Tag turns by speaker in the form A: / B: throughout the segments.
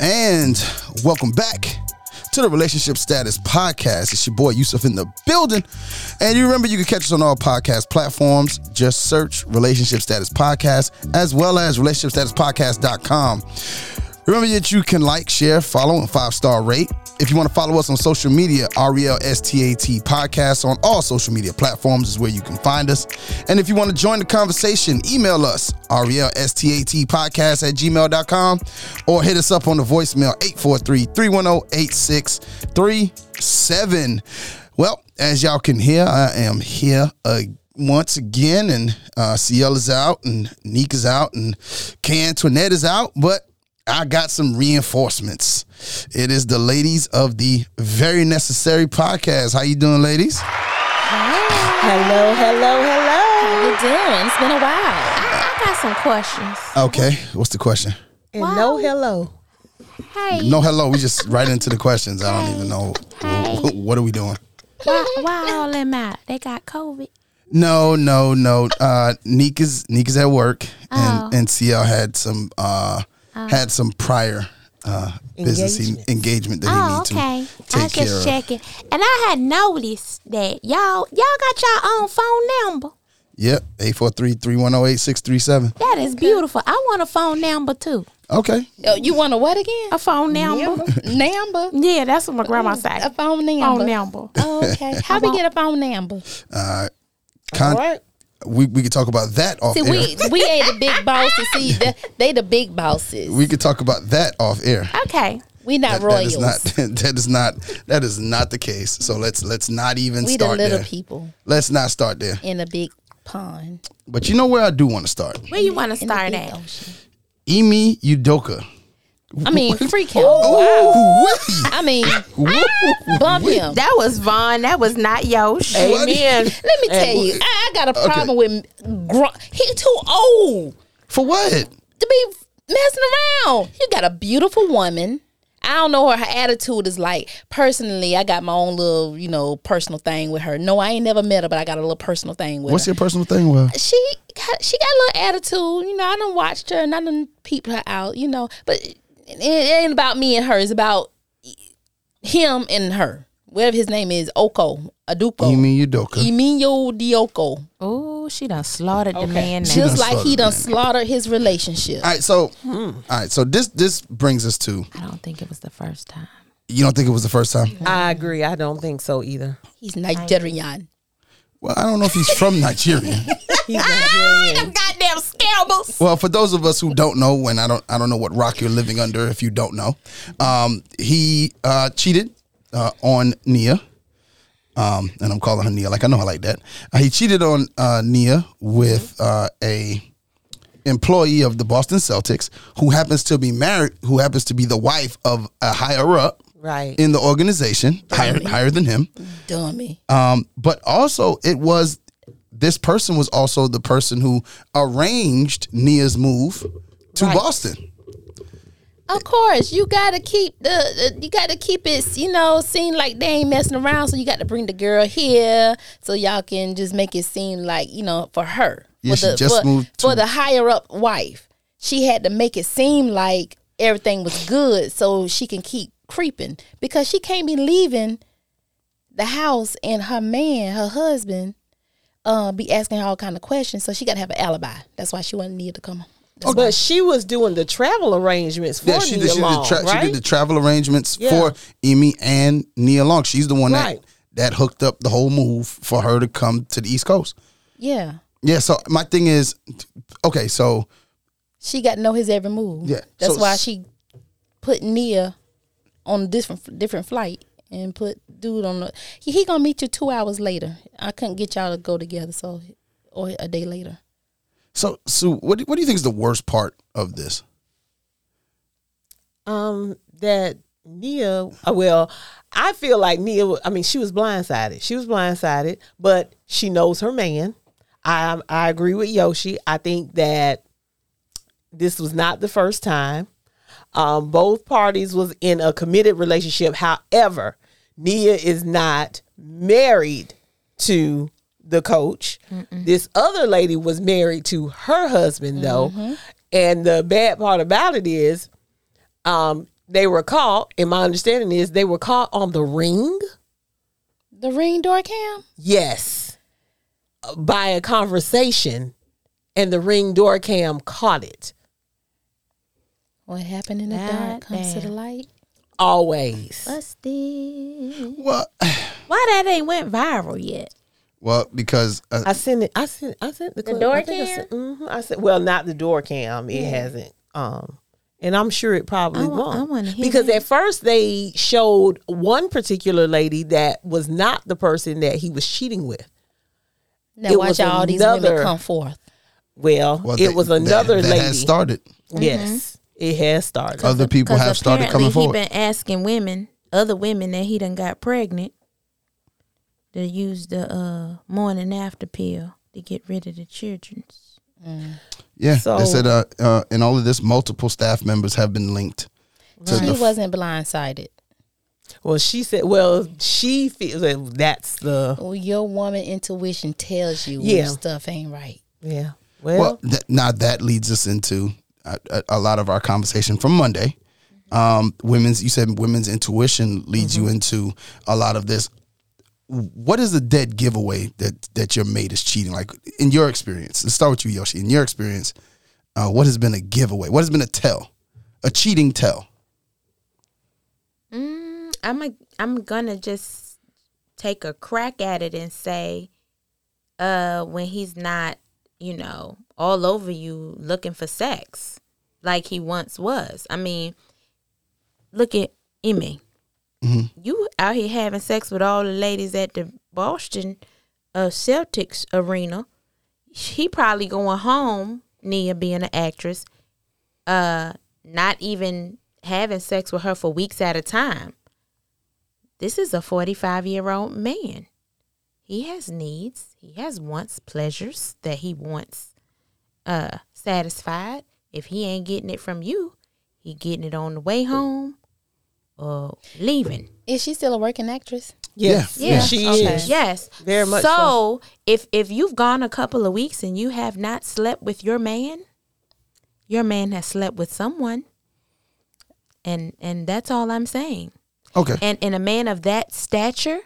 A: And welcome back to the Relationship Status Podcast. It's your boy Yusuf in the building. And you remember you can catch us on all podcast platforms. Just search Relationship Status Podcast as well as relationshipstatuspodcast.com. Remember that you can like, share, follow, and five star rate. If you want to follow us on social media, E RELSTAT Podcast on all social media platforms is where you can find us. And if you want to join the conversation, email us, E RELSTAT Podcast at gmail.com or hit us up on the voicemail, 843 310 8637. Well, as y'all can hear, I am here uh, once again, and uh, CL is out, and Nick is out, and Can Toinette is out, but I got some reinforcements. It is the ladies of the very necessary podcast. How you doing, ladies?
B: Hello, hello, hello.
C: you doing? It's been a while. I, I got some questions.
A: Okay, what's the question?
B: And no hello.
C: Hey,
A: No, hello. We just right into the questions. I don't even know what are we doing.
C: why, why all them out? They got COVID.
A: No, no, no. Uh, Neek is Neek is at work, and
C: Oh.
A: and CL had some uh, had some prior uh, business he-
B: Engagements.
A: engagement that
C: Oh,
A: he
C: okay.
A: need to
C: I
A: take care
C: just
A: of.
C: checking, and I had noticed that y'all y'all got your own phone number.
A: Yep, eight four three three one zero eight six three seven.
C: That is beautiful. I want a phone number too.
A: Okay,
D: Oh, you want a what again?
C: A phone number.
D: number.
C: Yeah, that's what my grandma
D: A
C: said.
D: phone number.
C: Phone number.
D: Oh, okay. How we get a phone number?
A: Con-
B: All right.
A: we we could talk about that off
D: See,
A: air.
D: we we ain't the big bosses. See, the, they the big bosses.
A: We could talk about that off air.
C: Okay.
D: We
A: That,
D: not
A: that
D: royals.
A: is not that is not that is not the case. So let's let's not even
D: we the
A: start
D: little
A: there.
D: people
A: Let's not start there.
D: in a big pond.
A: But you know where I do want to start.
C: Where you want to
D: In the
C: start
D: big
C: at?
D: ocean.
A: Emi Udoka.
D: I mean, freak him.
A: Oh.
D: Wow. I mean, bump him.
C: That was Vaughn. That was not Yosh.
B: Amen.
D: Let me tell you, I, I got a problem with gr- he too old.
A: For what?
D: to be messing around. You got a beautiful woman. I don't know her, her attitude is like. Personally, I got my own little, you know, personal thing with her. No, I ain't never met her, but I got a little personal thing with
A: What's
D: her.
A: your personal thing with?
D: she got, she got a little attitude. You know, I done watched her and I done peeped her out, you know. But it, it ain't about me and her. It's about him and her. Whatever his name is, Oko, Aduko,
A: Emi Udoka.
D: Emilio Dioko.
C: Oh, she done slaughtered the man. now.
D: Just like he
A: slaughtered
D: done slaughtered his relationship.
A: All right, so all right, so this this brings us to
C: I don't think it was the first time.
A: you don't think it was the first time?
B: I agree. I don't think so either.
D: He's Nigerian.
A: Well, I don't know if he's from Nigeria.
B: He's Nigerian.
C: Goddamn scalpels.
A: Well, for those of us who don't know, and I don't, I don't know what rock you're living under. If you don't know, um, he uh, cheated uh, on Nia, um, and I'm calling her Nia like I know her like that. Uh, he cheated on uh, Nia with uh, a employee of the Boston Celtics who happens to be married, who happens to be the wife of a higher up
B: Right.
A: in the organization, higher higher than him.
D: Dummy.
A: Um, but also, it was this person was also the person who arranged Nia's move to Boston.
D: Of course, you gotta keep the, the you gotta keep it you know seem like they ain't messing around. So you got to bring the girl here so y'all can just make it seem like you know for her.
A: Yeah,
D: for
A: she
D: the,
A: just
D: for,
A: moved to-
D: for the higher up wife. She had to make it seem like everything was good so she can keep creeping because she can't be leaving the house and her man, her husband, uh, be asking her all kind of questions. So she got to have an alibi. That's why she wanted Nia to come.
B: But she was doing the travel arrangements for
A: Yeah, she did,
B: Nia
A: she, did the
B: Long,
A: tra-
B: right?
A: she did the travel arrangements
B: Yeah.
A: for Emmy and Nia Long. She's the one
B: Right.
A: that that hooked up the whole move for her to come to the East Coast.
D: Yeah,
A: Yeah. So my thing is, okay. So
D: she got to know his every move.
A: Yeah.
D: that's
A: So-
D: why she put Nia on a different different flight and put dude on. The, he, he gonna meet you two hours later. I couldn't get y'all to go together, so or a day later.
A: so so what do- what do you think is the worst part of this?
B: um that Nia uh, well I feel like Nia wa- I mean she was blindsided she was blindsided but she knows her man I I agree with Yoshi I think that this was not the first time um both parties was in a committed relationship however Nia is not married to the coach. This other lady was married to her husband though. And the bad part about it is um they were caught, and my understanding is they were caught on the ring.
D: The ring door cam?
B: Yes. By a conversation, and the ring door cam caught it.
D: What happened in the
C: God
D: dark comes to the light.
B: Always.
C: Busted.
A: Well,
C: Why that ain't went viral yet?
A: well, because uh,
B: I sent it. I sent. I sent the, clip.
C: door
B: I think I
C: cam?
B: sent- mhm, I sent. Well, not the door cam. It hasn't. Um, and I'm sure it probably
C: I wa-
B: won't.
C: I wanna hear
B: because
C: that.
B: at first they showed one particular lady that was not the person that he was cheating with.
D: Now
B: It
D: watch
B: was
D: all these
B: another-
D: women come forth.
B: Well,
A: well,
B: it
A: that-
B: was
A: that-
B: another
A: that,
B: lady.
A: has started.
C: Mm-hmm.
B: Yes, it has started.
A: Other people have started coming
C: he
A: forward.
C: been asking women, other women that he done got pregnant, to use the uh, morning after pill to get rid of the children.
A: Yeah, they
B: So-
A: said uh, uh, in all of this, multiple staff members have been linked. To
D: She
A: the,
D: wasn't blindsided.
B: well, she said. Well, she feels that that's the
D: Well, your woman intuition tells you
B: Yeah.
D: when stuff ain't right.
B: yeah.
A: well,
B: Well,
A: that, now that leads us into a, a, a lot of our conversation from Monday. Um, women's, you said women's intuition leads you into a lot of this. What is a dead giveaway that that your mate is cheating? Like in your experience, let's start with you, Yoshi. In your experience, uh, what has been a giveaway? What has been a tell? A cheating tell?
C: Mm, I'm a, I'm gonna just take a crack at it and say, uh, when he's not, you know, all over you looking for sex like he once was. I mean, look at Emmy. You out here having sex with all the ladies at the Boston uh, Celtics arena. He probably going home, Nia being an actress, uh not even having sex with her for weeks at a time. This is a 45 year old man. He has needs, he has wants, pleasures that he wants uh satisfied. If he ain't getting it from you, he getting it on the way home or leaving.
D: Is she still a working actress?
B: yes,
A: yeah. Yeah.
B: she
D: Okay.
B: is.
C: Yes.
B: Very much
C: So, if if you've gone a couple of weeks and you have not slept with your man, your man has slept with someone. And and that's all I'm saying.
A: Okay,
C: And and a man of that stature,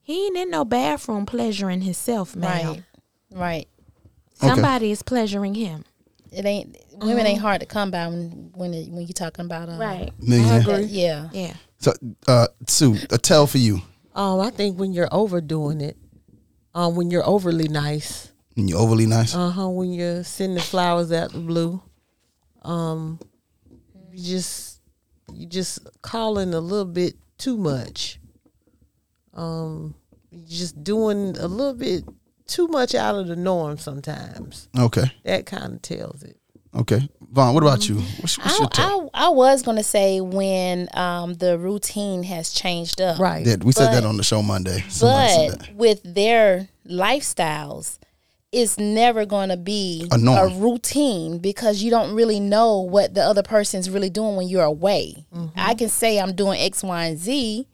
C: he ain't in no bathroom pleasuring himself, man.
D: Right. Right.
A: Okay.
C: Somebody is pleasuring him.
D: It ain't women ain't hard to come by when when it, when you talking about uh,
A: millionaire.
D: that- yeah.
C: Yeah.
A: So, uh, Sue, a tell for you.
B: Um, I think when you're overdoing it, um, when you're overly nice,
A: And you're overly nice.
B: uh huh, when you're sending flowers out the blue, um, you just you just calling a little bit too much. Um, you just doing a little bit too much out of the norm sometimes.
A: okay.
B: That kind of tells it.
A: Okay. Vaughn, what about you? What's, what's
D: Mm-hmm. I,
A: your tell?
D: I I was gonna say when um the routine has changed up.
B: Right.
A: That- we said that
D: but-
A: on the show Monday. Somebody said
D: But with their lifestyles, it's never going to be
A: A norm.
D: routine because you don't really know what the other person's really doing when you're away. I can say I'm doing X, Y, and Z,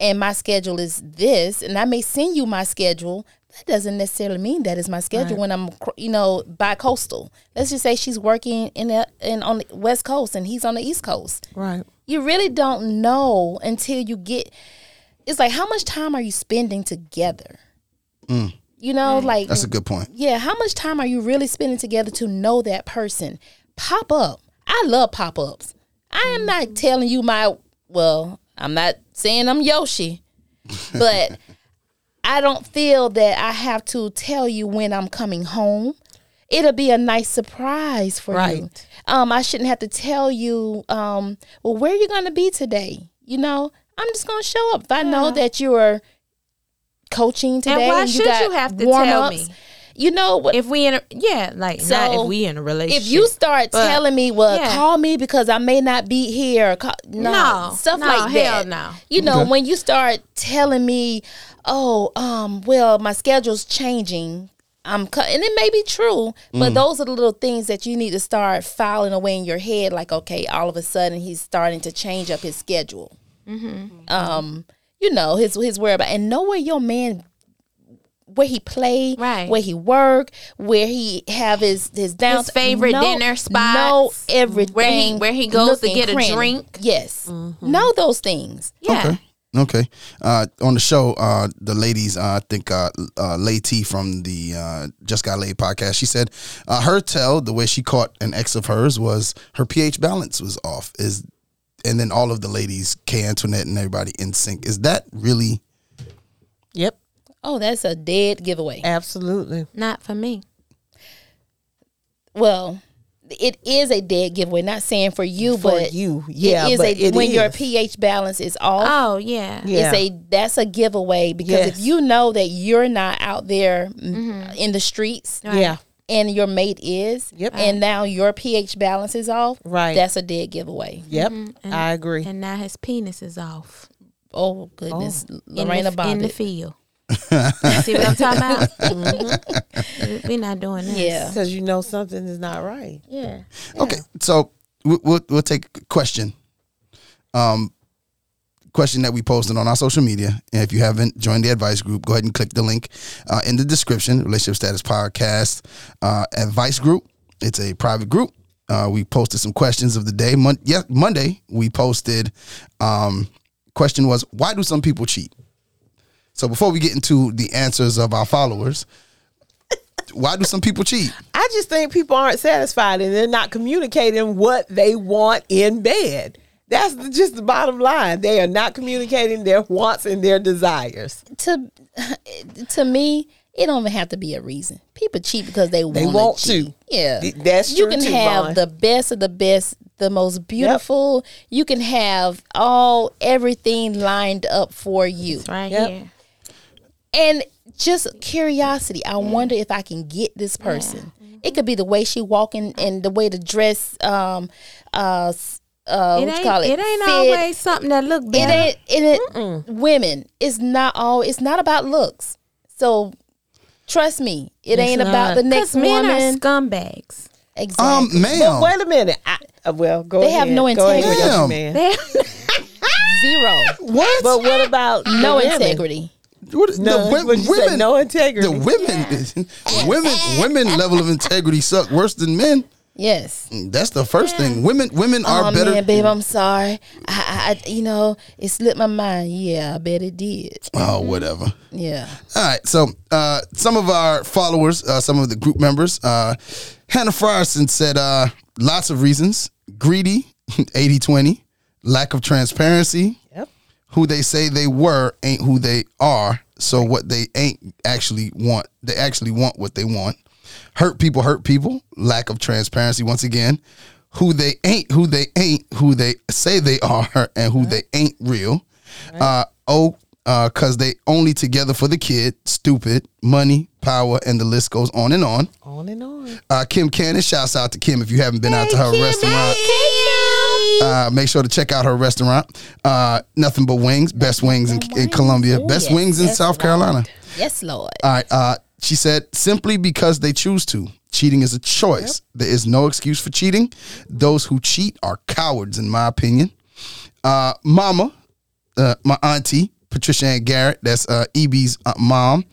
D: and my schedule is this, and I may send you my schedule. That doesn't necessarily mean that is my schedule when I'm, cr- you know, bi-coastal. Let's just say she's working in a, in on the West Coast and he's on the East Coast
B: Right.
D: you really don't know until you get it's like how much time are you spending together you know like
A: That's a good point.
D: yeah how much time are you really spending together to know that person pop up i love pop-ups i am
C: Mm.
D: not telling you my well i'm not saying i'm yoshi but i don't feel that i have to tell you when i'm coming home it'll be a nice surprise for you
B: Right.
D: um, I shouldn't have to tell you, um, well, where you going to be today? You know, I'm just going to show up. If I know that you are coaching today,
C: why
D: you
C: should
D: got
C: you have to tell
D: warm-ups,
C: me?
D: You know, what? If,
C: If we in a yeah, like not
D: So,
C: if we in a relationship.
D: you start
C: But-
D: telling me, well,
C: yeah.
D: call me because I may not be here, or call, no,
C: No,
D: stuff
C: no,
D: like
C: hell
D: that.
C: no.
D: You know, when you start telling me, oh, um, well, my schedule's changing. I'm cut, and it may be true, but those are the little things that you need to start filing away in your
C: Mm-hmm.
D: head. Like, okay, all of a sudden he's starting to change up his schedule. Um, you know his his whereabouts and know where your man where he play,
C: Right.
D: where he work, where he have his his down
C: His favorite dinner spots,
D: know
C: where he-
D: everything,
C: where he goes to
D: looking
C: get a
D: cranny.
C: drink. Mm-hmm.
D: Yes, know those things.
C: Yeah.
A: Okay. Okay. Uh, on the show, uh, the ladies, uh, I think uh, uh, Lay T from the uh, Just Got Laid podcast, she said uh, her tell, the way she caught an ex of hers, was her pH balance was off. Is And then all of the ladies, K. Antoinette and everybody in sync. Is that really.
B: Yep,
D: Oh, that's a dead giveaway.
B: absolutely.
C: Not for me.
D: Well, it is a dead giveaway. Not saying for you,
B: For
D: but
B: you, yeah,
D: it is
B: but
D: a
B: it
D: when your
B: is.
D: pH balance is off.
C: Oh yeah.
B: Yeah.
D: It's a that's a giveaway because if
B: Yes.
D: you know that you're not out there
C: Mm-hmm.
D: mm in the streets
B: Yeah,
D: and your mate is,
B: Yep.
D: and now your pH balance is off,
B: Right.
D: That's a dead giveaway.
B: yep, I agree.
C: And now his penis is off.
D: Oh goodness,
C: In the-
D: Lorena
C: in the
D: Bobbitt.
C: field. See what I'm talking about? Mhm. We're not doing this.
D: Yeah,
B: Because you know something is not right.
D: yeah.
A: Okay. So we- we'll, we'll take a question. Um, question that we posted on our social media. And if you haven't joined the advice group, go ahead and click the link uh, in the description Relationship Status Podcast uh, Advice Group. It's a private group. Uh, we posted some questions of the day. Mon- yeah, Monday, we posted. Um, question was, why do some people cheat? So before we get into the answers of our followers, why do some people cheat?
B: I just think people aren't satisfied and they're not communicating what they want in bed. That's the, just the bottom line. They are not communicating their wants and their desires.
D: To to me, it don't even have to be a reason. People cheat because they,
B: They
D: wanna
B: want
D: cheat.
B: to.
D: Yeah,
B: Th- that's
D: you
B: true
D: can
B: too,
D: have
B: Vaughn.
D: the best of the best, the most beautiful. You can have all everything lined up for you.
C: Right
B: Yep.
C: here.
D: and just curiosity i wonder if i can get this person
C: Mm-hmm.
D: it could be the way she walking and the way the dress um uh s- uh
C: It
D: what you
C: ain't,
D: call it
C: it ain't
D: fit.
C: always something that look
D: it
C: better.
D: ain't it ain't women it's not all it's not about looks so trust me it ain't about
B: not.
D: the
C: 'Cause
D: next
C: men
D: woman
C: are scumbags.
D: exactly
A: Um, ma'am.
B: Wait a minute. I, uh, well, go
D: They
B: ahead.
D: have no
B: Go ahead,
D: integrity.
A: Damn.
B: Yoshi man.
C: They-
D: zero
A: what?
B: But what about
D: no
B: the women?
D: integrity
A: What, the
B: None.
A: wo-
B: What'd you say?
A: women,
B: No integrity.
A: The women, women, women level of integrity suck worse than men.
D: yes
A: That's the first thing. Women, women
D: oh
A: are Mm, better.
D: man babe i'm sorry I, I I- you know it slipped my mind yeah i bet it did
A: Oh, whatever.
D: yeah
A: All right. So, uh, some of our followers, uh, some of the group members, uh, Hannah Frierson said uh, lots of reasons greedy, 80 20, lack of transparency,
B: Yep.
A: who they say they were ain't who they are. So, what they ain't actually want, they actually want what they want. Hurt people hurt people, lack of transparency once again. Who they ain't, who they ain't, who they say they are, and who they ain't real. Uh, oh, uh, cause they only together for the kid, stupid, money, power, and the list goes on and on.
B: On and on.
A: Uh, Kim Cannon, shouts out to Kim if you haven't been out to her restaurant. Uh, make sure to check out her restaurant. Uh, nothing but wings, best wings in, in Columbia,
D: Oh,
A: best
D: yes,
A: wings in
D: yes,
A: South
D: Lord.
A: Carolina.
D: yes lord
A: All right. Uh, she said, simply because they choose to. Cheating is a choice. There is no excuse for cheating. Those who cheat are cowards, in my opinion. Uh, mama, uh, my auntie, Patricia Ann Garrett, that's uh, EB's uh, mom,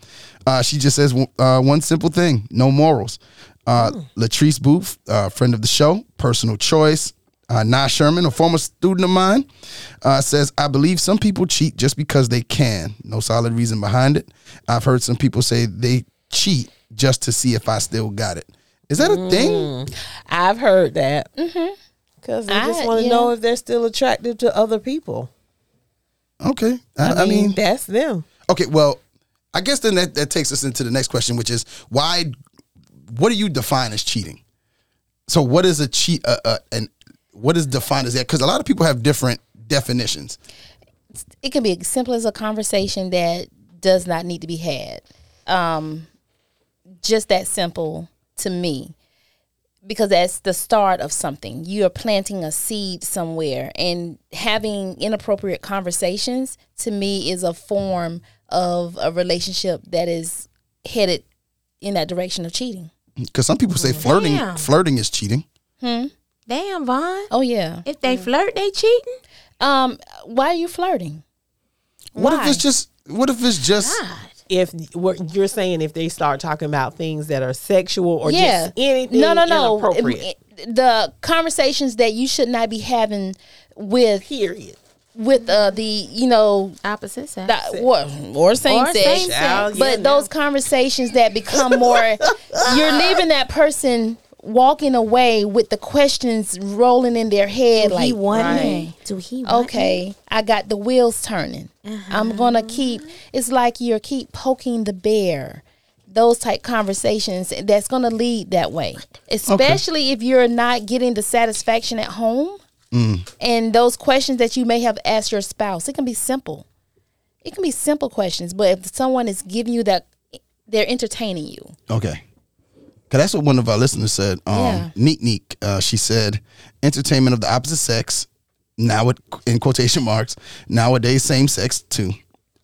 A: uh, she just says uh, one simple thing no morals. Uh, Latrice Booth, uh, friend of the show, personal choice. Uh, Nah Sherman, a former student of mine, uh, says, I believe some people cheat just because they can. No solid reason behind it. I've heard some people say they cheat just to see if I still got it. Is that a thing?
B: I've heard that. Because they
D: Mm-hmm. I-
B: just want to
D: yeah.
B: know if they're still attractive to other people.
A: Okay. I, I mean,
B: that's them.
A: Okay, well, I guess then that, that takes us into the next question, which is why? What do you define as cheating? So, what is a cheat? Uh, uh, and what is defined as that? Because a lot of people have different definitions.
D: it can be as simple as a conversation that does not need to be had. Um, just that simple to me, because that's the start of something. You are planting a seed somewhere, and having inappropriate conversations to me is a form of a relationship that is headed in that direction of cheating.
A: Because some people say flirting,
C: Damn.
A: flirting is cheating.
C: Damn, Vaughn.
D: Oh yeah.
C: If they flirt, they cheating.
D: Um, why are you flirting?
A: What if
D: Why?
A: it's just? What if it's just?
C: God.
B: if what you're saying if they start talking about things that are sexual or just anything
D: no, no, no.
B: inappropriate.
D: The conversations that you should not be having with
B: period.
D: with uh, the you know
C: Opposite sex.
D: the, or, or same
C: Or
D: sex,
C: same
B: Child,
C: sex.
B: yeah,
D: but those conversations that become more you're leaving that person walking away with the questions rolling in their head
C: he
D: like
C: want
B: right.
C: me? Do he want
D: okay i got the wheels turning i'm gonna keep it's like you're keep poking the bear those type conversations that's gonna lead that way especially if you're not getting the satisfaction at home and those questions that you may have asked your spouse it can be simple it can be simple questions but if someone is giving you that they're entertaining you
A: Okay. Cause that's what one of our listeners said. Um,
D: Yeah.
A: Neek Neek. Uh, she said, "Entertainment of the opposite sex." Now it in quotation marks. Nowadays, same sex too.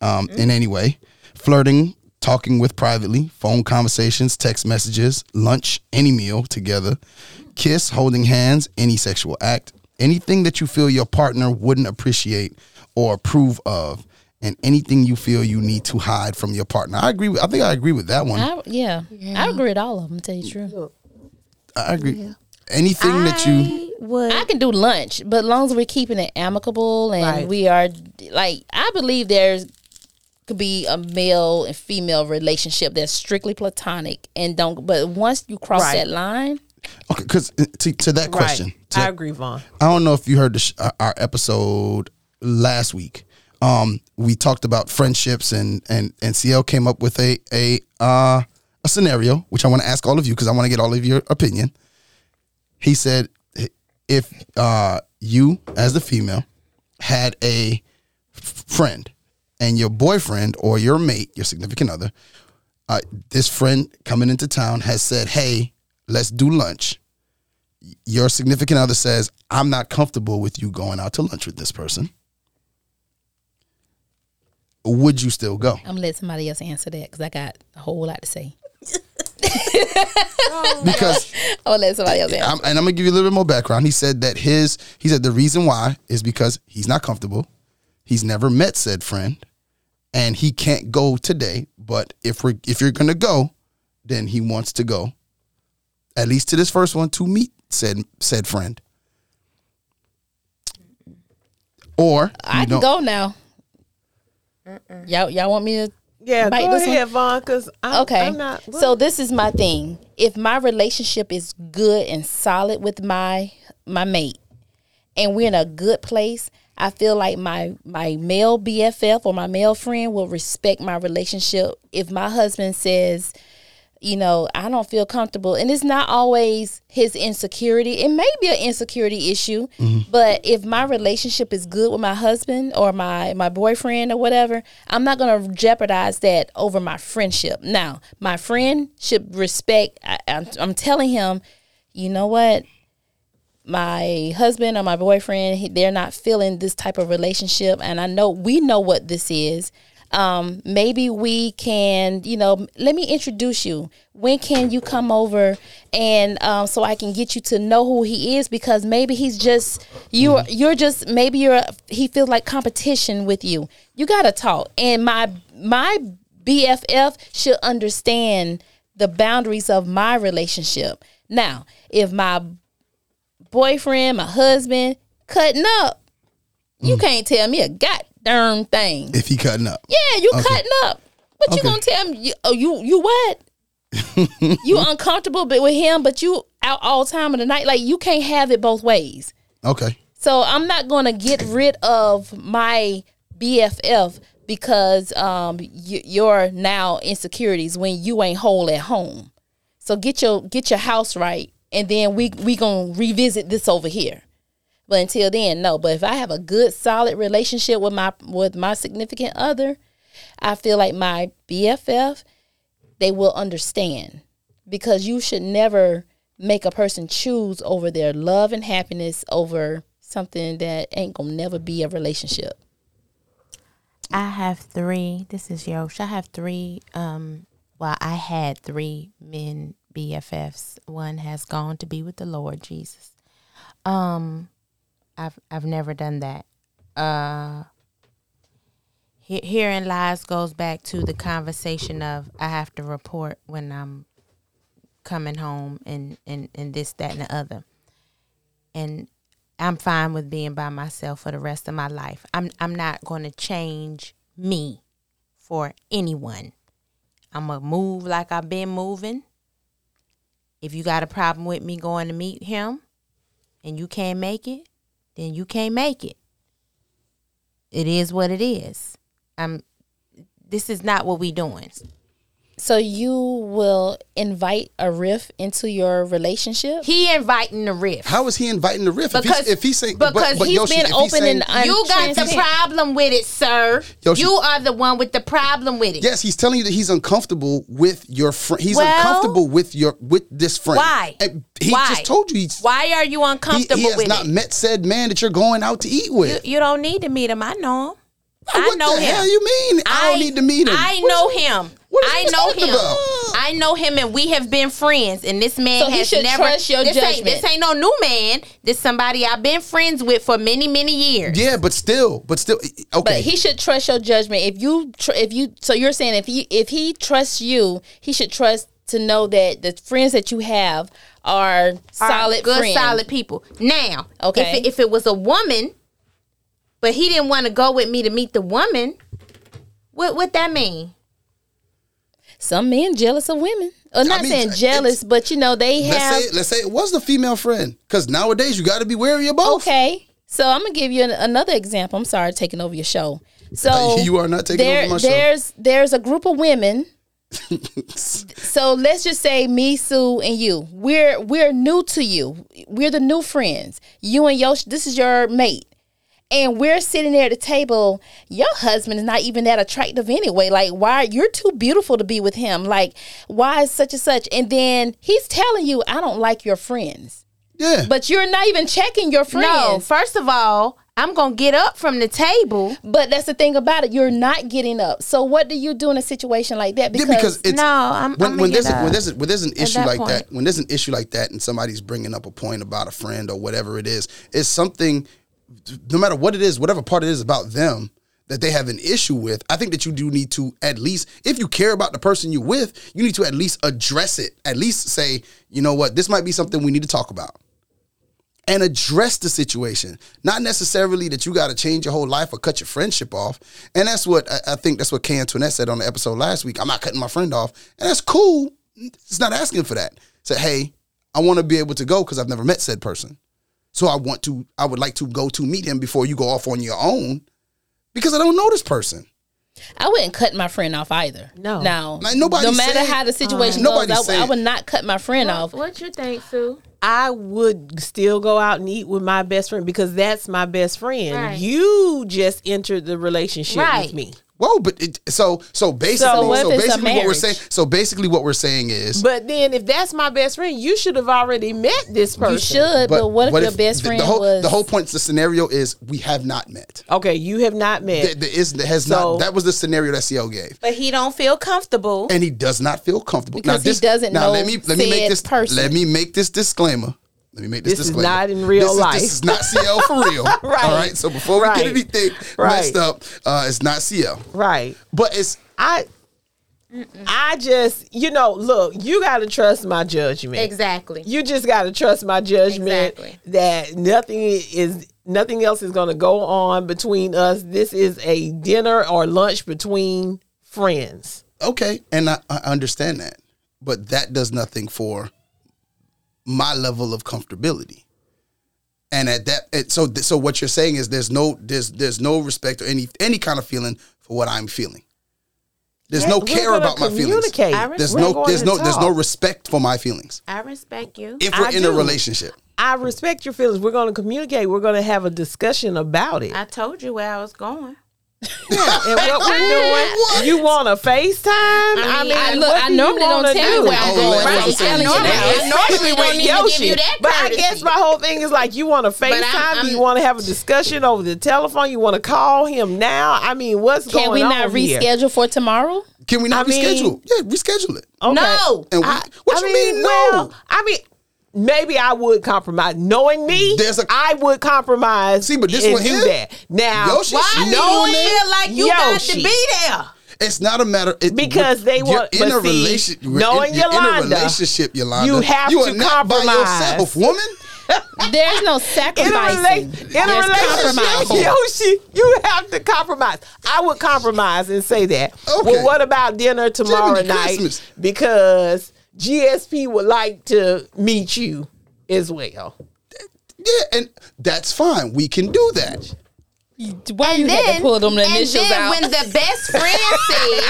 A: Um, In any way, flirting, talking with privately, phone conversations, text messages, lunch, any meal together, kiss, holding hands, any sexual act, anything that you feel your partner wouldn't appreciate or approve of, and anything you feel you need to hide from your partner. I agree. With, I think I agree with that one.
D: I, yeah, i agree with all of them tell you the truth
A: I agree. Anything that you
C: I would.
D: I can do lunch, but as long as we're keeping it amicable and
B: Right.
D: we are like I believe there's could be a male and female relationship that's strictly platonic and don't but once you cross
B: Right.
D: that line,
A: okay? Because to, to that question,
B: Right.
A: to-
B: I
A: I,
B: agree, Vaughn.
A: don't know if you heard the sh- uh, our- our episode last week. Um, we talked about friendships, and and and CL came up with a a uh, a scenario which I want to ask all of you because I want to get all of your opinion. He said, if uh, you as the female had a f- friend and your boyfriend or your mate, your significant other, uh, this friend coming into town has said, "Hey, let's do lunch." Your significant other says, "I'm not comfortable with you going out to lunch with this person." Would you still go?
D: I'm gonna let somebody else answer that because I got a whole lot to say.
A: Because
D: I'll let somebody else answer.
A: I'm, and I'm gonna give you a little bit more background. He said that his he said the reason why is because he's not comfortable. He's never met said friend, and he can't go today. But if we're if you're gonna go, then he wants to go, at least to this first one to meet said said friend. Or
D: I
A: you
D: can
A: don't-
D: go now. Y'all, y'all want me to
B: Yeah,
D: Bite
B: go
D: this one.
B: ahead, Vaughn, because I'm,
D: okay.
B: I'm not.
D: so this is my thing. If my relationship is good and solid with my my mate, and we're in a good place, I feel like my my male BFF or my male friend will respect my relationship. If my husband says, you know, I don't feel comfortable, and it's not always his insecurity. It may be an insecurity issue, but if my relationship is good with my husband or my my boyfriend or whatever, I'm not gonna jeopardize that over my friendship. Now, my friend should respect. I, I'm, I'm telling him, you know what? my husband or my boyfriend he- they're not feeling this type of relationship and i know we know what this is um, maybe we can you know let me introduce you when can you come over and um, so i can get you to know who he is because maybe he's just you're you're just maybe you're he feels like competition with you you gotta talk and my my bff should understand the boundaries of my relationship now if my boyfriend, my husband, cutting up. You can't tell me a goddamn thing.
A: if he cutting up,
D: Yeah, you cutting up. What you
A: Okay.
D: gonna tell me? You, oh, you you what? you uncomfortable bit with him, but you out all time of the night. Like you can't have it both ways.
A: okay,
D: So I'm not gonna get rid of my BFF because um y- your now insecurities when you ain't whole at home. So get your get your house right, and then we we gonna revisit this over here. But until then, no. But if I have a good solid relationship with my with my significant other, I feel like my BFF they will understand because you should never make a person choose over their love and happiness over something that ain't gonna never be a relationship.
C: I have three. This is Yosh. I have three. Um, well, I had three men BFFs. One has gone to be with the Lord Jesus. Um, I've I've never done that. Uh, he- hearing lies goes back to the conversation of I have to report when I'm coming home and and and this that and the other. And I'm fine with being by myself for the rest of my life. I'm I'm not going to change me for anyone. I'm gonna move like I've been moving. If you got a problem with me going to meet him and you can't make it, then you can't make it. It is what it is. I'm this is not what we doing.
D: So you will invite a riff into your relationship?
C: He inviting the rift.
A: How is he inviting the riff? If
C: Because-
A: he's, if he's saying,
D: because he's been
A: if he's
D: open
A: saying-
D: and un-
C: you got the
D: transparent.
C: problem with it, sir.
A: Yoshi-
C: you are the one with the problem with it.
A: yes, he's telling you that he's uncomfortable with your friend. He's
C: Well-
A: uncomfortable with your with this friend.
C: Why?
A: And he
C: Why?
A: just told you he's
C: Why are you
A: he,
C: uncomfortable
A: he has
C: with
A: not
C: it?
A: met said man that you're going out to eat
C: You,
A: with.
C: you don't need to meet him. I know him. I
A: what
C: know
A: the
C: him.
A: hell you mean? I, don't need to meet him.
C: I know him.
A: what is
C: I
A: he
C: know
A: talking
C: him.
A: about?
C: I know him, and we have been friends. And this man
D: So he
C: has
D: should
C: never.
D: trust your
C: this ain't
D: judgment.
C: this ain't no new man. This somebody I've been friends with for many many years.
A: yeah, but still, but still, e,
D: But
A: okay.
D: he should trust your judgment. If you, tr- if you, so you're saying if he, if he trusts you, he should trust to know that the friends that you have are, solid,
C: good
D: friends.
C: solid people. Now,
D: Okay.
C: if it, if it was a woman, but he didn't want to go with me to meet the woman, what what that mean?
D: Some men jealous of women. I'm not
A: mean,
D: saying
A: it's-
D: jealous, but you know they
A: let's
D: have.
A: say let's say it was the female friend because nowadays you got to be wary of both.
D: Okay. So I'm gonna give you an, another example. I'm sorry, taking over your show. So
A: You are not taking over my show.
D: There's there's a group of women. so let's just say me, Sue, and you. We're we're new to you. We're the new friends. You and Yosh. This is your mate. And we're sitting there at the table. Your husband is not even that attractive anyway. Like, why you're too beautiful to be with him? Like, why is such and such? And then he's telling you, I don't like your friends.
A: Yeah,
D: But you're not even checking
C: No,
D: your friends.
C: first of all, I'm gonna get up from the table.
D: But that's the thing about it. You're not getting up. So what do you do in a situation like that?
A: Yeah,
D: Because,
A: because it's
C: no, I'm
A: when,
C: I'm
A: when
C: get
A: there's a,
C: up.
A: when there's a, when there's an issue
C: that
A: like
C: point.
A: that when there's an issue like that and somebody's bringing up a point about a friend or whatever it is it's something no matter what it is whatever part it is about them that they have an issue with i think that you do need to at least if you care about the person you're with you need to at least address it at least say you know what this might be something we need to talk about and address the situation. Not necessarily that you got to change your whole life or cut your friendship off. And that's what I, I think that's what Kay Antoinette said on the episode last week. I'm not cutting my friend off, and that's cool. It's not asking for that. Say, hey, I want to be able to go because I've never met said person. So I want to. I would like to go to meet him before you go off on your own because I don't know this person.
D: I wouldn't cut my friend off either.
B: No.
D: no,
A: Like, nobody
D: No matter
A: said-
D: how the situation
A: Nobody
D: goes, I,
A: said-
D: I would not cut my friend off.
C: What you think, Sue?
B: I would still go out and eat with my best friend because that's my best friend.
C: Right.
B: You just entered the relationship
C: Right.
B: with me.
A: Whoa, but it, so so basically,
B: So
A: so,
D: what if it's a
A: basically what we're
D: marriage?
A: saying. So basically what we're saying is.
B: But then if that's my best friend, you should have already met this person.
D: You should, but, what if your best
A: the-
D: friend
A: the whole,
D: was
A: the whole point? The scenario is we have not met.
B: Okay, you have not met.
A: There, there is there has
B: So-
A: not. That was the scenario that CL gave,
C: But he don't feel comfortable.
A: and he does not feel comfortable
D: Because he doesn't know
A: make
D: said
A: this
D: person.
A: Let me make this disclaimer. Let me make this,
B: This is
A: disclaimer.
B: not in real
A: this
B: life.
A: Is, this is not CL for real.
B: Right.
A: All right. So before we
B: Right.
A: get anything
B: Right.
A: messed up, uh, it's not CL,
B: right.
A: but it's
B: I I just, you know, look, you got to trust my judgment.
C: Exactly.
B: You just got to trust my judgment
C: Exactly.
B: that nothing is nothing else is going to go on between us. This is a dinner or lunch between friends.
A: okay, and I, I understand that, but that does nothing for my level of comfortability. And at that, it, so th- so what you're saying is there's no there's there's no respect or any any kind of feeling for what I'm feeling. There's no
B: We're
A: care
B: gonna
A: about my feelings.
B: communicate.
C: I res-
A: There's
B: We're
A: no
B: going
A: there's
B: to
A: no there's no
B: talk.
A: respect for my feelings
C: I respect you.
A: if we're
B: I
A: in a
B: do.
A: relationship.
B: I respect your feelings. We're going to communicate. We're going to have a discussion about it.
C: I told you where I was going.
B: and what we're doing, you want a FaceTime? I
C: mean, I
D: look, I normally don't tell you where I
A: Oh, go. that's what I'm
C: Right.
A: saying.
C: I normally, I normally
B: Especially
C: don't
B: with
C: even give
B: Yoshi.
C: you that
B: But I
C: courtesy.
B: guess my whole thing is like you want to FaceTime,
C: I'm-
B: you want to have a discussion over the telephone, you want to call him now. I mean, what's
D: Can
B: going
D: we not
B: on here?
D: reschedule for tomorrow?
A: Can we not
B: I mean-
A: reschedule? yeah, reschedule it.
B: Okay.
C: No.
A: And we,
B: I-
A: what
B: I
A: you mean,
B: Well,
A: no?
B: I mean, maybe I would compromise. Knowing me,
A: There's a-
B: I would compromise.
A: See, but this
B: and
A: one
B: do
A: here,
B: that now.
A: Yoshi,
B: why
A: she
B: do
A: knowing
B: you
A: it?
C: feel like you got to
B: Yoshi.
C: be there.
A: It's not a matter it,
B: Because they
A: you're
B: want-
A: in
B: but
A: a
B: see,
A: relationship. you're in-
B: knowing
A: you're in a
B: Yolanda,
A: relationship, Yolanda.
B: you have
A: you are
B: to
A: not by
B: compromise.
A: yourself, woman.
D: There's no
B: In a, rela-
D: sacrificing.
B: in a
D: There's compromising.
B: relationship, Yoshi, you have to compromise. I would compromise and say that.
A: Okay.
B: Well, what about dinner tomorrow
A: Jiminy
B: night?
A: Christmas.
B: Because GSP would like to meet you as well.
A: Yeah, and that's fine. We can do that.
D: Why you had to pull them initials
C: and then
D: out?
C: when the best friend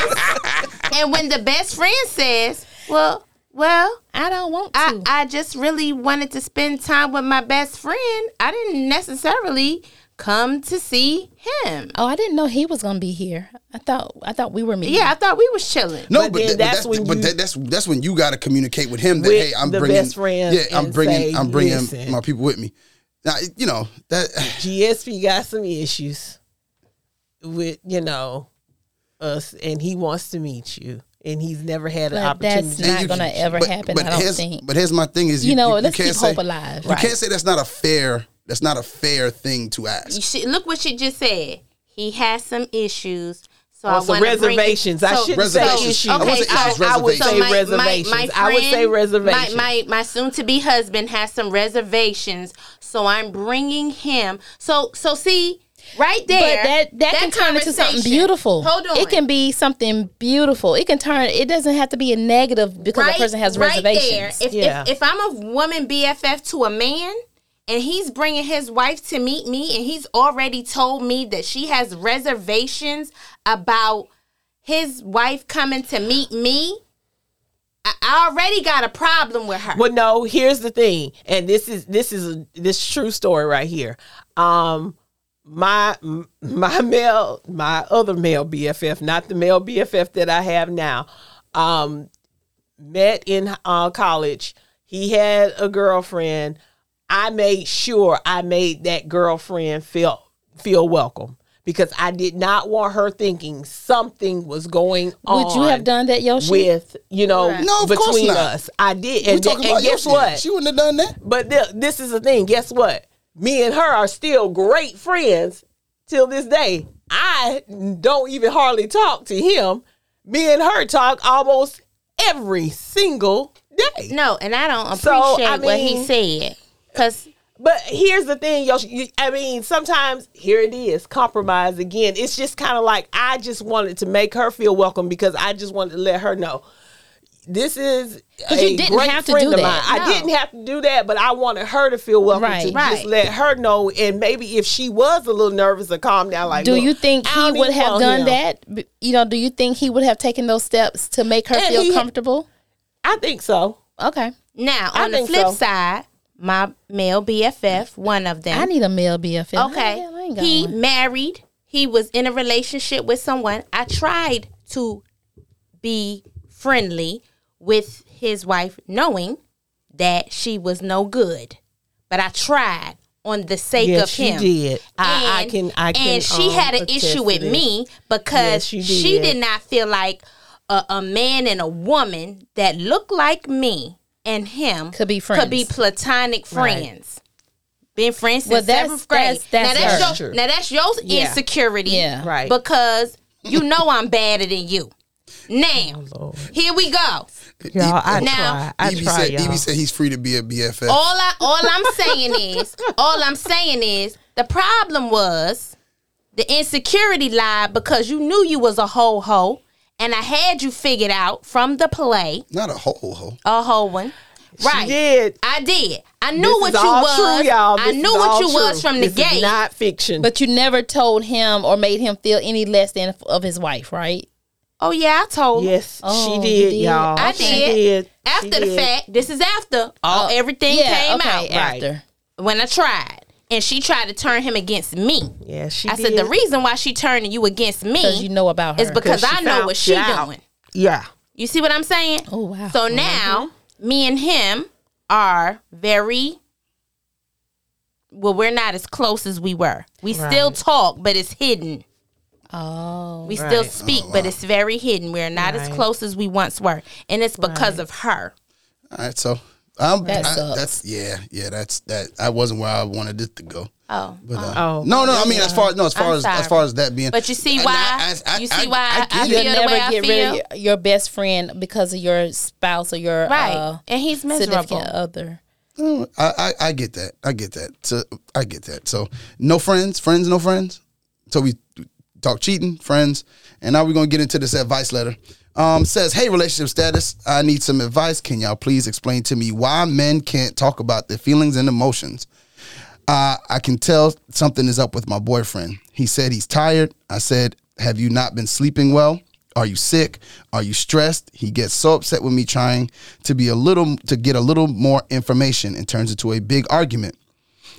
C: says, and when the best friend says, well, well,
D: I don't want to.
C: I, I just really wanted to spend time with my best friend. I didn't necessarily come to see him.
D: oh, I didn't know he was gonna be here. I thought I thought we were meeting.
C: Yeah, I thought we was chilling.
A: No,
B: But
A: but,
B: then
A: that- but
B: that's
A: that's,
B: when
A: but
B: you-
A: that, that's that's when you got to communicate with him that
B: With
A: hey, I'm
B: the
A: bringing
B: best friend
A: Yeah, I'm
B: and
A: bringing
B: say,
A: I'm bringing
B: "Listen."
A: my people with me. Now you know that
B: GSP got some issues with you know us, and he wants to meet you, and he's never had an
D: But that's
B: opportunity.
A: and
D: Not
A: you-
D: gonna ever happen, I don't
A: here's,
D: think.
A: But here's my thing: is you,
D: You know,
A: you,
D: let's
A: can't
D: keep
A: say,
D: hope alive.
A: You
D: Right.
A: can't say that's not a fair. That's not a fair thing to ask.
C: She, look what she just said. He has some issues. So I
B: Or some
C: want
B: reservations. I
C: so,
B: shouldn't
A: say
C: so-
A: issues. I
C: Okay,
A: wasn't issues,
C: so,
A: I would
C: so
A: say
C: my- my-
B: reservations.
C: My,
B: I would say
C: friend-
B: reservations.
C: My, my my soon-to-be husband has some reservations, so I'm bringing him. So so see right there.
D: But that, that can turn into something
C: conversation-
D: beautiful.
C: Hold on.
D: It can be something beautiful. It can turn it doesn't have to be a negative because a person has reservations.
C: There. If,
B: Yeah.
C: if if I'm a woman BFF to a man and he's bringing his wife to meet me and he's already told me that she has reservations about his wife coming to meet me, I- I already got a problem with her.
B: Well, no. Here's the thing, and this is this is a, this true story right here. Um, my m- my male, my other male BFF, not the male BFF that I have now, um, met in uh, college. He had a girlfriend. I made sure I made that girlfriend feel feel welcome because I did not want her thinking something was going on.
D: Would you have done that, Yoshi?
B: with you know
A: No, of course
B: between
A: not.
B: us? I did,
A: We
B: and,
A: talking
B: and
A: about
B: guess
A: Yoshi.
B: what?
A: She wouldn't have done that.
B: But th- this is the thing. Guess what? Me and her are still great friends till this day. I don't even hardly talk to him. Me and her talk almost every single day.
C: no, and I don't
B: So, I
C: appreciate what he
B: mean-
C: said because
B: But here's the thing, Yoshi. You- I mean, sometimes here it is, compromise again. It's just kind of like I just wanted to make her feel welcome because I just wanted to let her know this is
D: 'Cause you
B: a
D: didn't
B: great
D: have to
B: friend
D: do
B: of
D: that.
B: mine. I
D: No.
B: didn't have to do that, but I wanted her to feel welcome
D: Right.
B: to just
C: Right.
B: let her know. And maybe if she was a little nervous or calm down, like,
D: do
B: "Look,
D: you think
B: I
D: he
B: don't
D: would
B: even
D: have
B: want
D: done
B: him."
D: that? B- You know, do you think he would have taken those steps to make her
B: And
D: feel
B: he-
D: comfortable?
B: I think so.
D: Okay.
C: now
B: I
C: on the
B: think
C: flip
B: so.
C: side, my male BFF, one of them,
D: I need a male BFF.
C: Okay.
D: I ain't got
C: He
D: one.
C: married. He was in a relationship with someone. I tried to be friendly with his wife, knowing that she was no good. But I tried on the sake
B: Yes,
C: of
B: she
C: him.
B: did. I- I can- I can,
C: And she
B: um,
C: had an
B: attest
C: issue
B: to
C: with
B: this.
C: me because
B: Yes, she
C: she
B: did.
C: did not feel like a, a man and a woman that looked like me and him
D: Could be
C: Could be
D: friends.
C: platonic friends. Been friends since
D: Well, that's-
C: seventh grade.
D: that's- that's
C: now that's
B: her.
C: your
B: True.
C: now that's your
B: Yeah.
C: insecurity.
D: Yeah.
B: Right.
C: Because you know I'm better than you. Now,
B: Oh,
C: here we go.
B: Y'all, I
C: Now,
B: try.
C: E
B: I
A: Eb
B: try,
A: said,
B: y'all.
A: Eb said he's free to be a BFF.
C: All I all I'm saying is, all I'm saying is the problem was the insecurity lie because you knew you was a whole hoe and I had you figured out from the play,
A: Not a whole hoe.
C: a whole one. Right.
B: She did.
C: I did. I knew
B: This
C: what
B: is
C: you
B: all
C: was.
B: True, y'all.
C: I
B: This
C: knew
B: is
C: what
B: all
C: you was
B: true.
C: from the
B: This is
C: gate.
B: not fiction.
D: But you never told him or made him feel any less than of his wife, right?
C: oh yeah, I told. him.
B: Yes,
D: Oh,
B: she
D: you
B: did,
D: did?
B: y'all.
C: I
B: She
C: did.
B: did. She Oh,
C: After the
B: did.
C: fact, this is after all everything
D: yeah,
C: came
D: okay,
C: out
D: After.
C: when I tried, and she tried to turn him against me.
B: Yeah, she
C: I
B: did.
C: said the reason why she turning you against me
D: Because you know about her.
C: is because
B: 'Cause she
C: I know
B: found
C: what she
B: you out.
C: doing.
B: Yeah.
C: You see what I'm saying?
D: Oh, wow.
C: So now me and him are very well. We're not as close as we were. We still talk, but it's hidden.
D: oh.
C: We still
B: Right.
C: speak, but it's very hidden. We're not as
B: Right.
C: close as we once were, and it's because of her.
A: All right, so I'm,
D: That
A: I-
D: sucks.
A: that's yeah, yeah. That's that. I wasn't where I wanted it to go.
C: Oh.
A: But uh,
B: Oh.
A: no, no. I mean, as far no, as far
C: I'm
A: as as
C: sorry.
A: far as that being,
C: But you see
A: And
C: why?
A: I- I-
C: you
A: I-
C: see why
A: I
C: I,
A: get
C: feel
A: it.
D: You'll
C: the way
D: never
C: I
D: get
C: feel.
D: rid of your best friend because of your spouse or your
C: right,
D: uh,
C: and he's miserable.
D: significant other.
A: I, I I get that. I get that. So I get that. So no friends, friends, no friends. So we talk cheating, friends, and now we're gonna get into this advice letter. Um, says, hey, relationship status. I need some advice. Can y'all please explain to me why men can't talk about their feelings and emotions? Uh, I can tell something is up with my boyfriend. He said he's tired. I said, Have you not been sleeping well? Are you sick? Are you stressed? He gets so upset with me trying to be a little to get a little more information and turns into a big argument.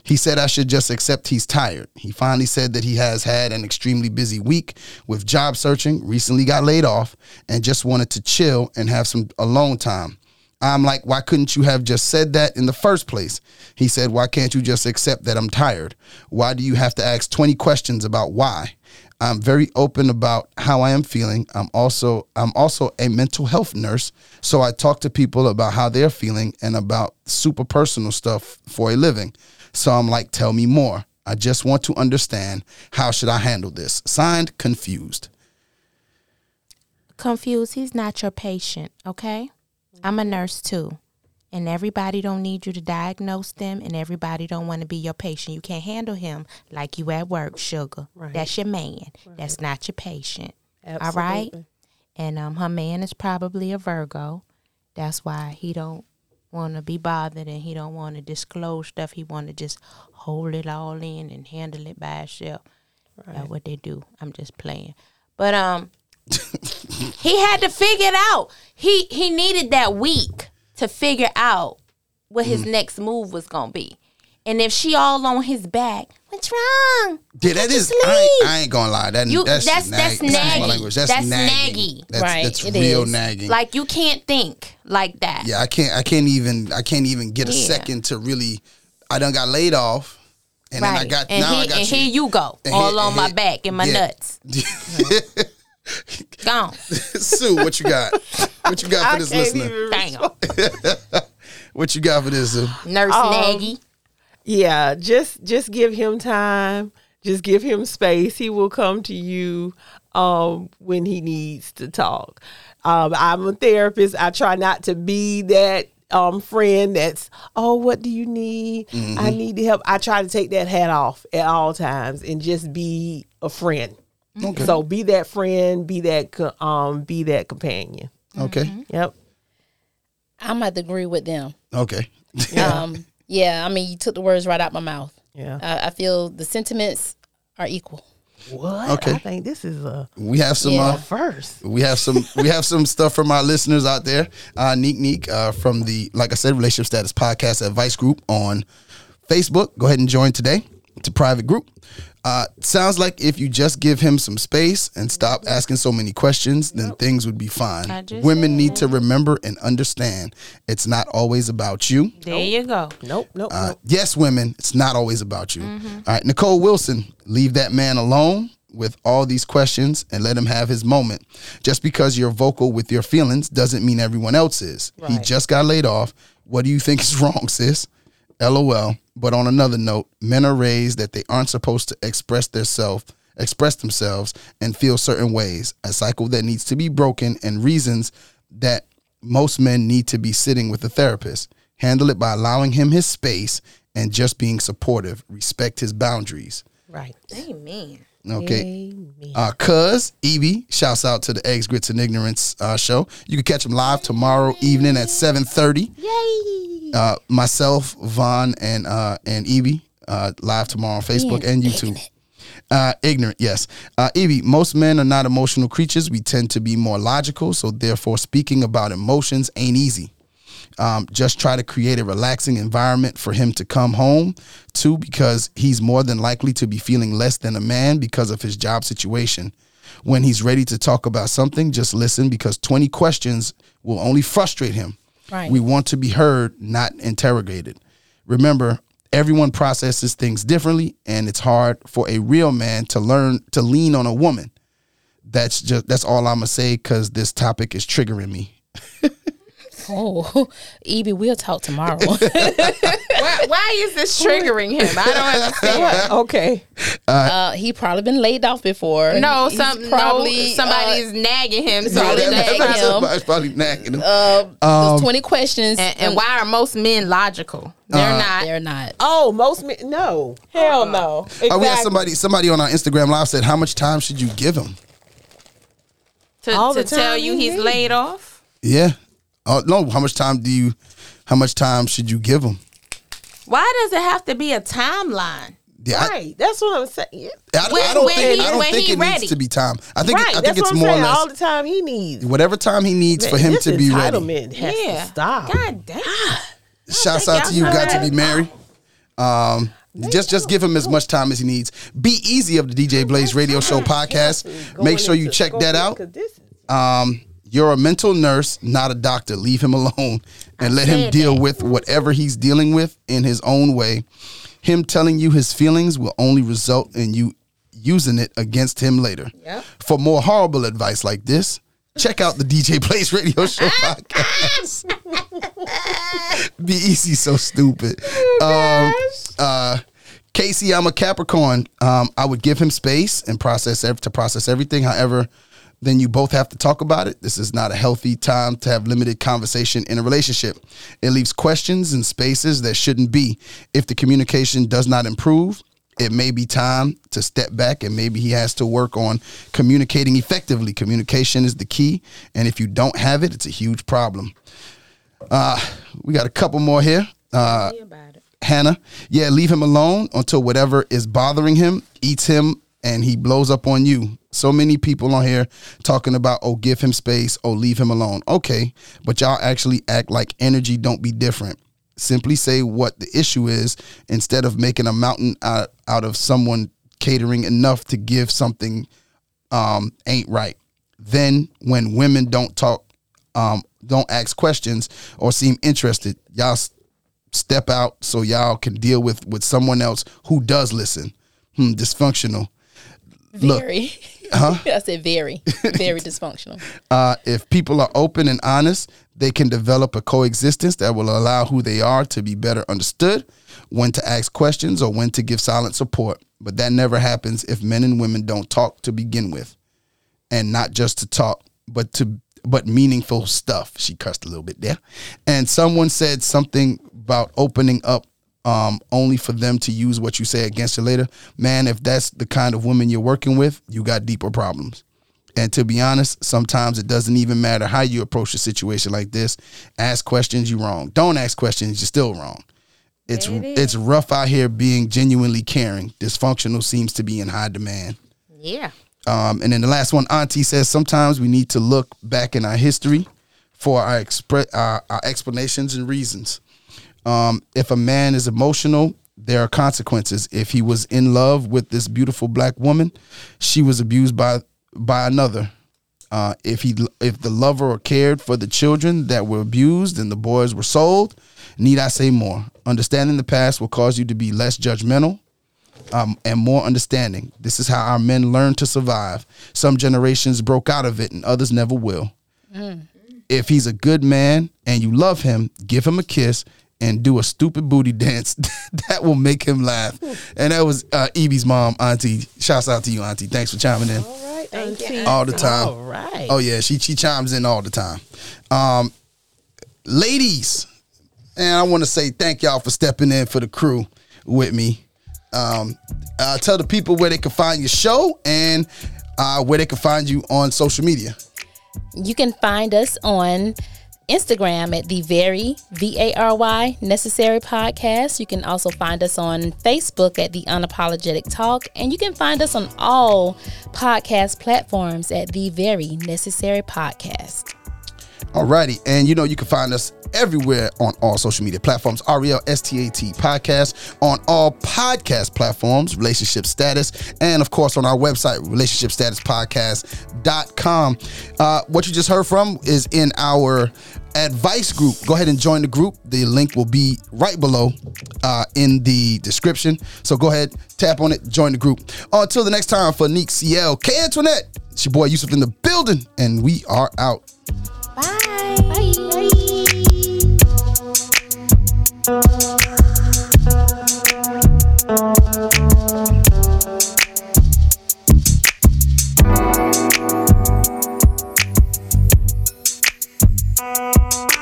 A: He said I should just accept he's tired. He finally said that he has had an extremely busy week with job searching, recently got laid off, and just wanted to chill and have some alone time. I'm like, why couldn't you have just said that in the first place? He said, why can't you just accept that I'm tired? Why do you have to ask 20 questions about why? I'm very open about how I am feeling. I'm also I'm also a mental health nurse, so I talk to people about how they're feeling and about super personal stuff for a living. So I'm like, tell me more. I just want to understand how should I handle this? Signed, confused.
C: confused. He's not your patient, okay? I'm a nurse too. And everybody don't need you to diagnose them and everybody don't want to be your patient. You can't handle him like you at work, sugar. That's your man. That's not your patient. All right?
B: Absolutely.
C: And um her man is probably a Virgo. That's why he don't want to be bothered and he don't want to disclose stuff. He want to just hold it all in and handle it by himself. That's what they do. I'm just playing. But um he had to figure it out. He he needed that week to figure out what
A: Mm-hmm.
C: his next move was gonna be. And if she all on his back, what's wrong?
A: Yeah, that is.
C: Just
A: I ain't,
C: leave.
A: I ain't gonna lie. That,
C: You-
A: that's
C: that's-
A: nag-
C: that's
A: excuse My
C: naggy.
A: language. That's,
C: That's
A: nagging.
C: naggy.
A: That's,
D: Right,
A: that's
D: it
A: real
D: is.
A: nagging.
C: Like you can't think like that.
A: yeah, I can't. I can't even. I can't even get a
C: Yeah.
A: second to really. I done got laid off, and
C: right.
A: then I got
C: and
A: now
C: here,
A: I got
C: and
A: you.
C: here you go,
A: And
C: all
A: here-
C: on
A: and
C: my
A: here-
C: back and my
A: yeah.
C: nuts. Gone.
A: Sue, what you got? What you got for this listener?
C: Damn.
A: What you got for this? Sue?
C: Nurse
B: Um,
C: Nagy.
B: Yeah, just just give him time. Just give him space. He will come to you um, when he needs to talk. Um, I'm a therapist. I try not to be that um, friend that's, oh, what do you need? I
A: Mm-hmm.
B: need to help. I try to take that hat off at all times and just be a friend.
A: Okay.
B: So be that friend. Be that co- um, be that companion.
A: Okay.
C: Mm-hmm.
B: Yep.
D: I'm gonna have to agree with them.
A: Okay.
D: Yeah. Um, yeah, I mean, you took the words right out my mouth.
B: Yeah.
D: I, I feel the sentiments are equal.
B: What?
A: Okay.
B: I think this is a,
A: we have some.
D: Yeah.
A: Uh,
B: a first.
A: We have some we have some stuff from our listeners out there. Uh Neek Neek uh, from the like I said relationship status podcast advice group on Facebook. Go ahead and join today. It's a private group. Uh, sounds like if you just give him some space and stop asking so many questions, then things would be fine.
C: I just
A: Women
C: said
A: need to remember and understand it's not always about you.
C: There you go.
B: Nope. Nope.
A: Uh,
B: nope.
A: Yes, women, it's not always about you. All right, Nicole Wilson, leave that man alone with all these questions and let him have his moment. Just because you're vocal with your feelings doesn't mean everyone else is. He just got laid off. What do you think is wrong, sis? LOL. But on another note, men are raised that they aren't supposed to express themselves, express themselves and feel certain ways. A cycle that needs to be broken and reasons that most men need to be sitting with a therapist. Handle it by allowing him his space and just being supportive. Respect his boundaries.
B: Right.
C: Amen.
A: Okay. Uh, Cuz, Evie, shouts out to the Eggs, Grits, and Ignorance uh, show. You can catch them live tomorrow evening at 7.30.
C: Yay.
A: Uh, myself, Vaughn, and uh, and Evie uh, live tomorrow on Facebook and YouTube. Uh, ignorant, yes. Uh, Evie, most men are not emotional creatures. We tend to be more logical, so therefore, speaking about emotions ain't easy. Um, just try to create a relaxing environment for him to come home to because he's more than likely to be feeling less than a man because of his job situation. When he's ready to talk about something, just listen because 20 questions will only frustrate him.
D: Right.
A: We want to be heard, not interrogated. Remember, everyone processes things differently, and it's hard for a real man to learn to lean on a woman. That's just that's all I'm gonna say because this topic is triggering me.
D: Oh, Evie, we'll talk tomorrow.
C: Why, why is this triggering him? I don't understand.
B: What? Okay.
D: uh, he probably been laid off before.
C: No,
D: He's
C: some
D: probably
C: no, somebody's nagging him. So
D: probably
C: they-
D: nagging him.
A: Somebody's probably nagging him.
D: Uh, those twenty questions.
C: and, and why are most men logical?
A: Uh,
C: They're not.
D: They're not.
B: Oh, most men. No. Uh-uh. Hell no. Exactly.
A: Oh, we had somebody somebody on our Instagram live said, "How much time should you give him?"
C: to
B: All the
C: to tell
B: time
C: you
B: you
C: he's
B: need.
C: laid off.
A: Yeah. Oh no, how much time do you? How much time should you give him?
C: Why does it have to be a timeline?
A: Yeah, I-
B: right. That's what I'm saying. Yeah.
A: I,
C: When-
A: I don't
C: when
A: think,
C: he-
A: I don't
C: when
A: think
C: he
A: it
C: ready.
A: needs to be time. I think
B: right.
A: I think
B: That's
A: it's
B: what I'm
A: more
B: saying.
A: or less
B: All the time he needs.
A: whatever time he needs for him
B: This
A: to be ready.
B: entitlement has
C: Yeah.
B: to stop.
C: God damn.
A: Shouts
C: think
A: out to
C: y'all
A: you,
C: know
A: got to
C: that.
A: be married. Um, just just give him as much time as he needs. Be easy of the DJ Blaze Radio Show
B: Mm-hmm.
A: podcast. Make sure you check that out. Um, you're a mental nurse, not a doctor. Leave him alone and let him
C: said
A: deal
C: that.
A: with whatever he's dealing with in his own way. Him telling you his feelings will only result in you using it against him later. For more horrible advice like this, check out the DJ Place Radio Show
C: Oh
A: podcast. Be easy, so stupid. Um, uh, Casey, I'm a Capricorn. Um, I would give him space and process ev- to process everything. However, then you both have to talk about it. This is not a healthy time to have limited conversation in a relationship. It leaves questions and spaces that shouldn't be. If the communication does not improve, it may be time to step back and maybe he has to work on communicating effectively. Communication is the key, and if you don't have it, it's a huge problem. Uh, we got a couple more here. Uh,
C: about it.
A: Hannah, yeah, leave him alone until whatever is bothering him eats him and he blows up on you. So many people on here talking about, oh, give him space, oh, leave him alone. Okay, but y'all actually act like energy don't be different. Simply say what the issue is instead of making a mountain out, out of someone catering enough to give something um, ain't right. Then when women don't talk, um, don't ask questions or seem interested, y'all s- step out so y'all can deal with with someone else who does listen. Hmm, dysfunctional. Look.
D: Very. I said very, very dysfunctional.
A: Uh, if people are open and honest, they can develop a coexistence that will allow who they are to be better understood, when to ask questions or when to give silent support. But that never happens if men and women don't talk to begin with, and not just to talk, but to but meaningful stuff. She cursed a little bit there, and someone said something about opening up. Um, only for them to use what you say against you later. Man, if that's the kind of woman you're working with, you got deeper problems. And to be honest, sometimes it doesn't even matter how you approach a situation like this. Ask questions, you're wrong. Don't ask questions, you're still wrong. It's it's rough out here being genuinely caring. Dysfunctional seems to be in high demand.
C: Yeah.
A: Um, and then the last one, Auntie says sometimes we need to look back in our history for our, expre- our, our explanations and reasons. Um, if a man is emotional, there are consequences. If he was in love with this beautiful black woman, she was abused by by another. Uh, if he if the lover cared for the children that were abused and the boys were sold, need I say more? Understanding the past will cause you to be less judgmental um, and more understanding. This is how our men learn to survive. Some generations broke out of it, and others never will. If he's a good man and you love him, give him a kiss and do a stupid booty dance that will make him laugh. And that was uh, Evie's mom, Auntie. Shouts out to you, Auntie. Thanks for chiming in
B: All right, auntie.
A: all the time.
B: All right.
A: Oh yeah, she she chimes in all the time. Um, ladies, and I want to say thank y'all for stepping in for the crew with me. Um, uh, tell the people where they can find your show and uh, where they can find you on social media.
D: You can find us on Instagram at the very V A R Y necessary podcast. You can also find us on Facebook at the unapologetic talk, and you can find us on all podcast platforms at the very necessary podcast.
A: Alrighty, and you know you can find us everywhere on all social media platforms. R E L S T A T podcast on all podcast platforms, relationship status, and of course on our website, relationshipstatuspodcast.com. Uh, what you just heard from is in our advice group. Go ahead and join the group. The link will be right below uh, in the description. So go ahead, tap on it, join the group. Until the next time, for Neek CL, K Antoinette, it's your boy Yusuf in the building, and we are out.
C: Bye. Bye.
A: Bye.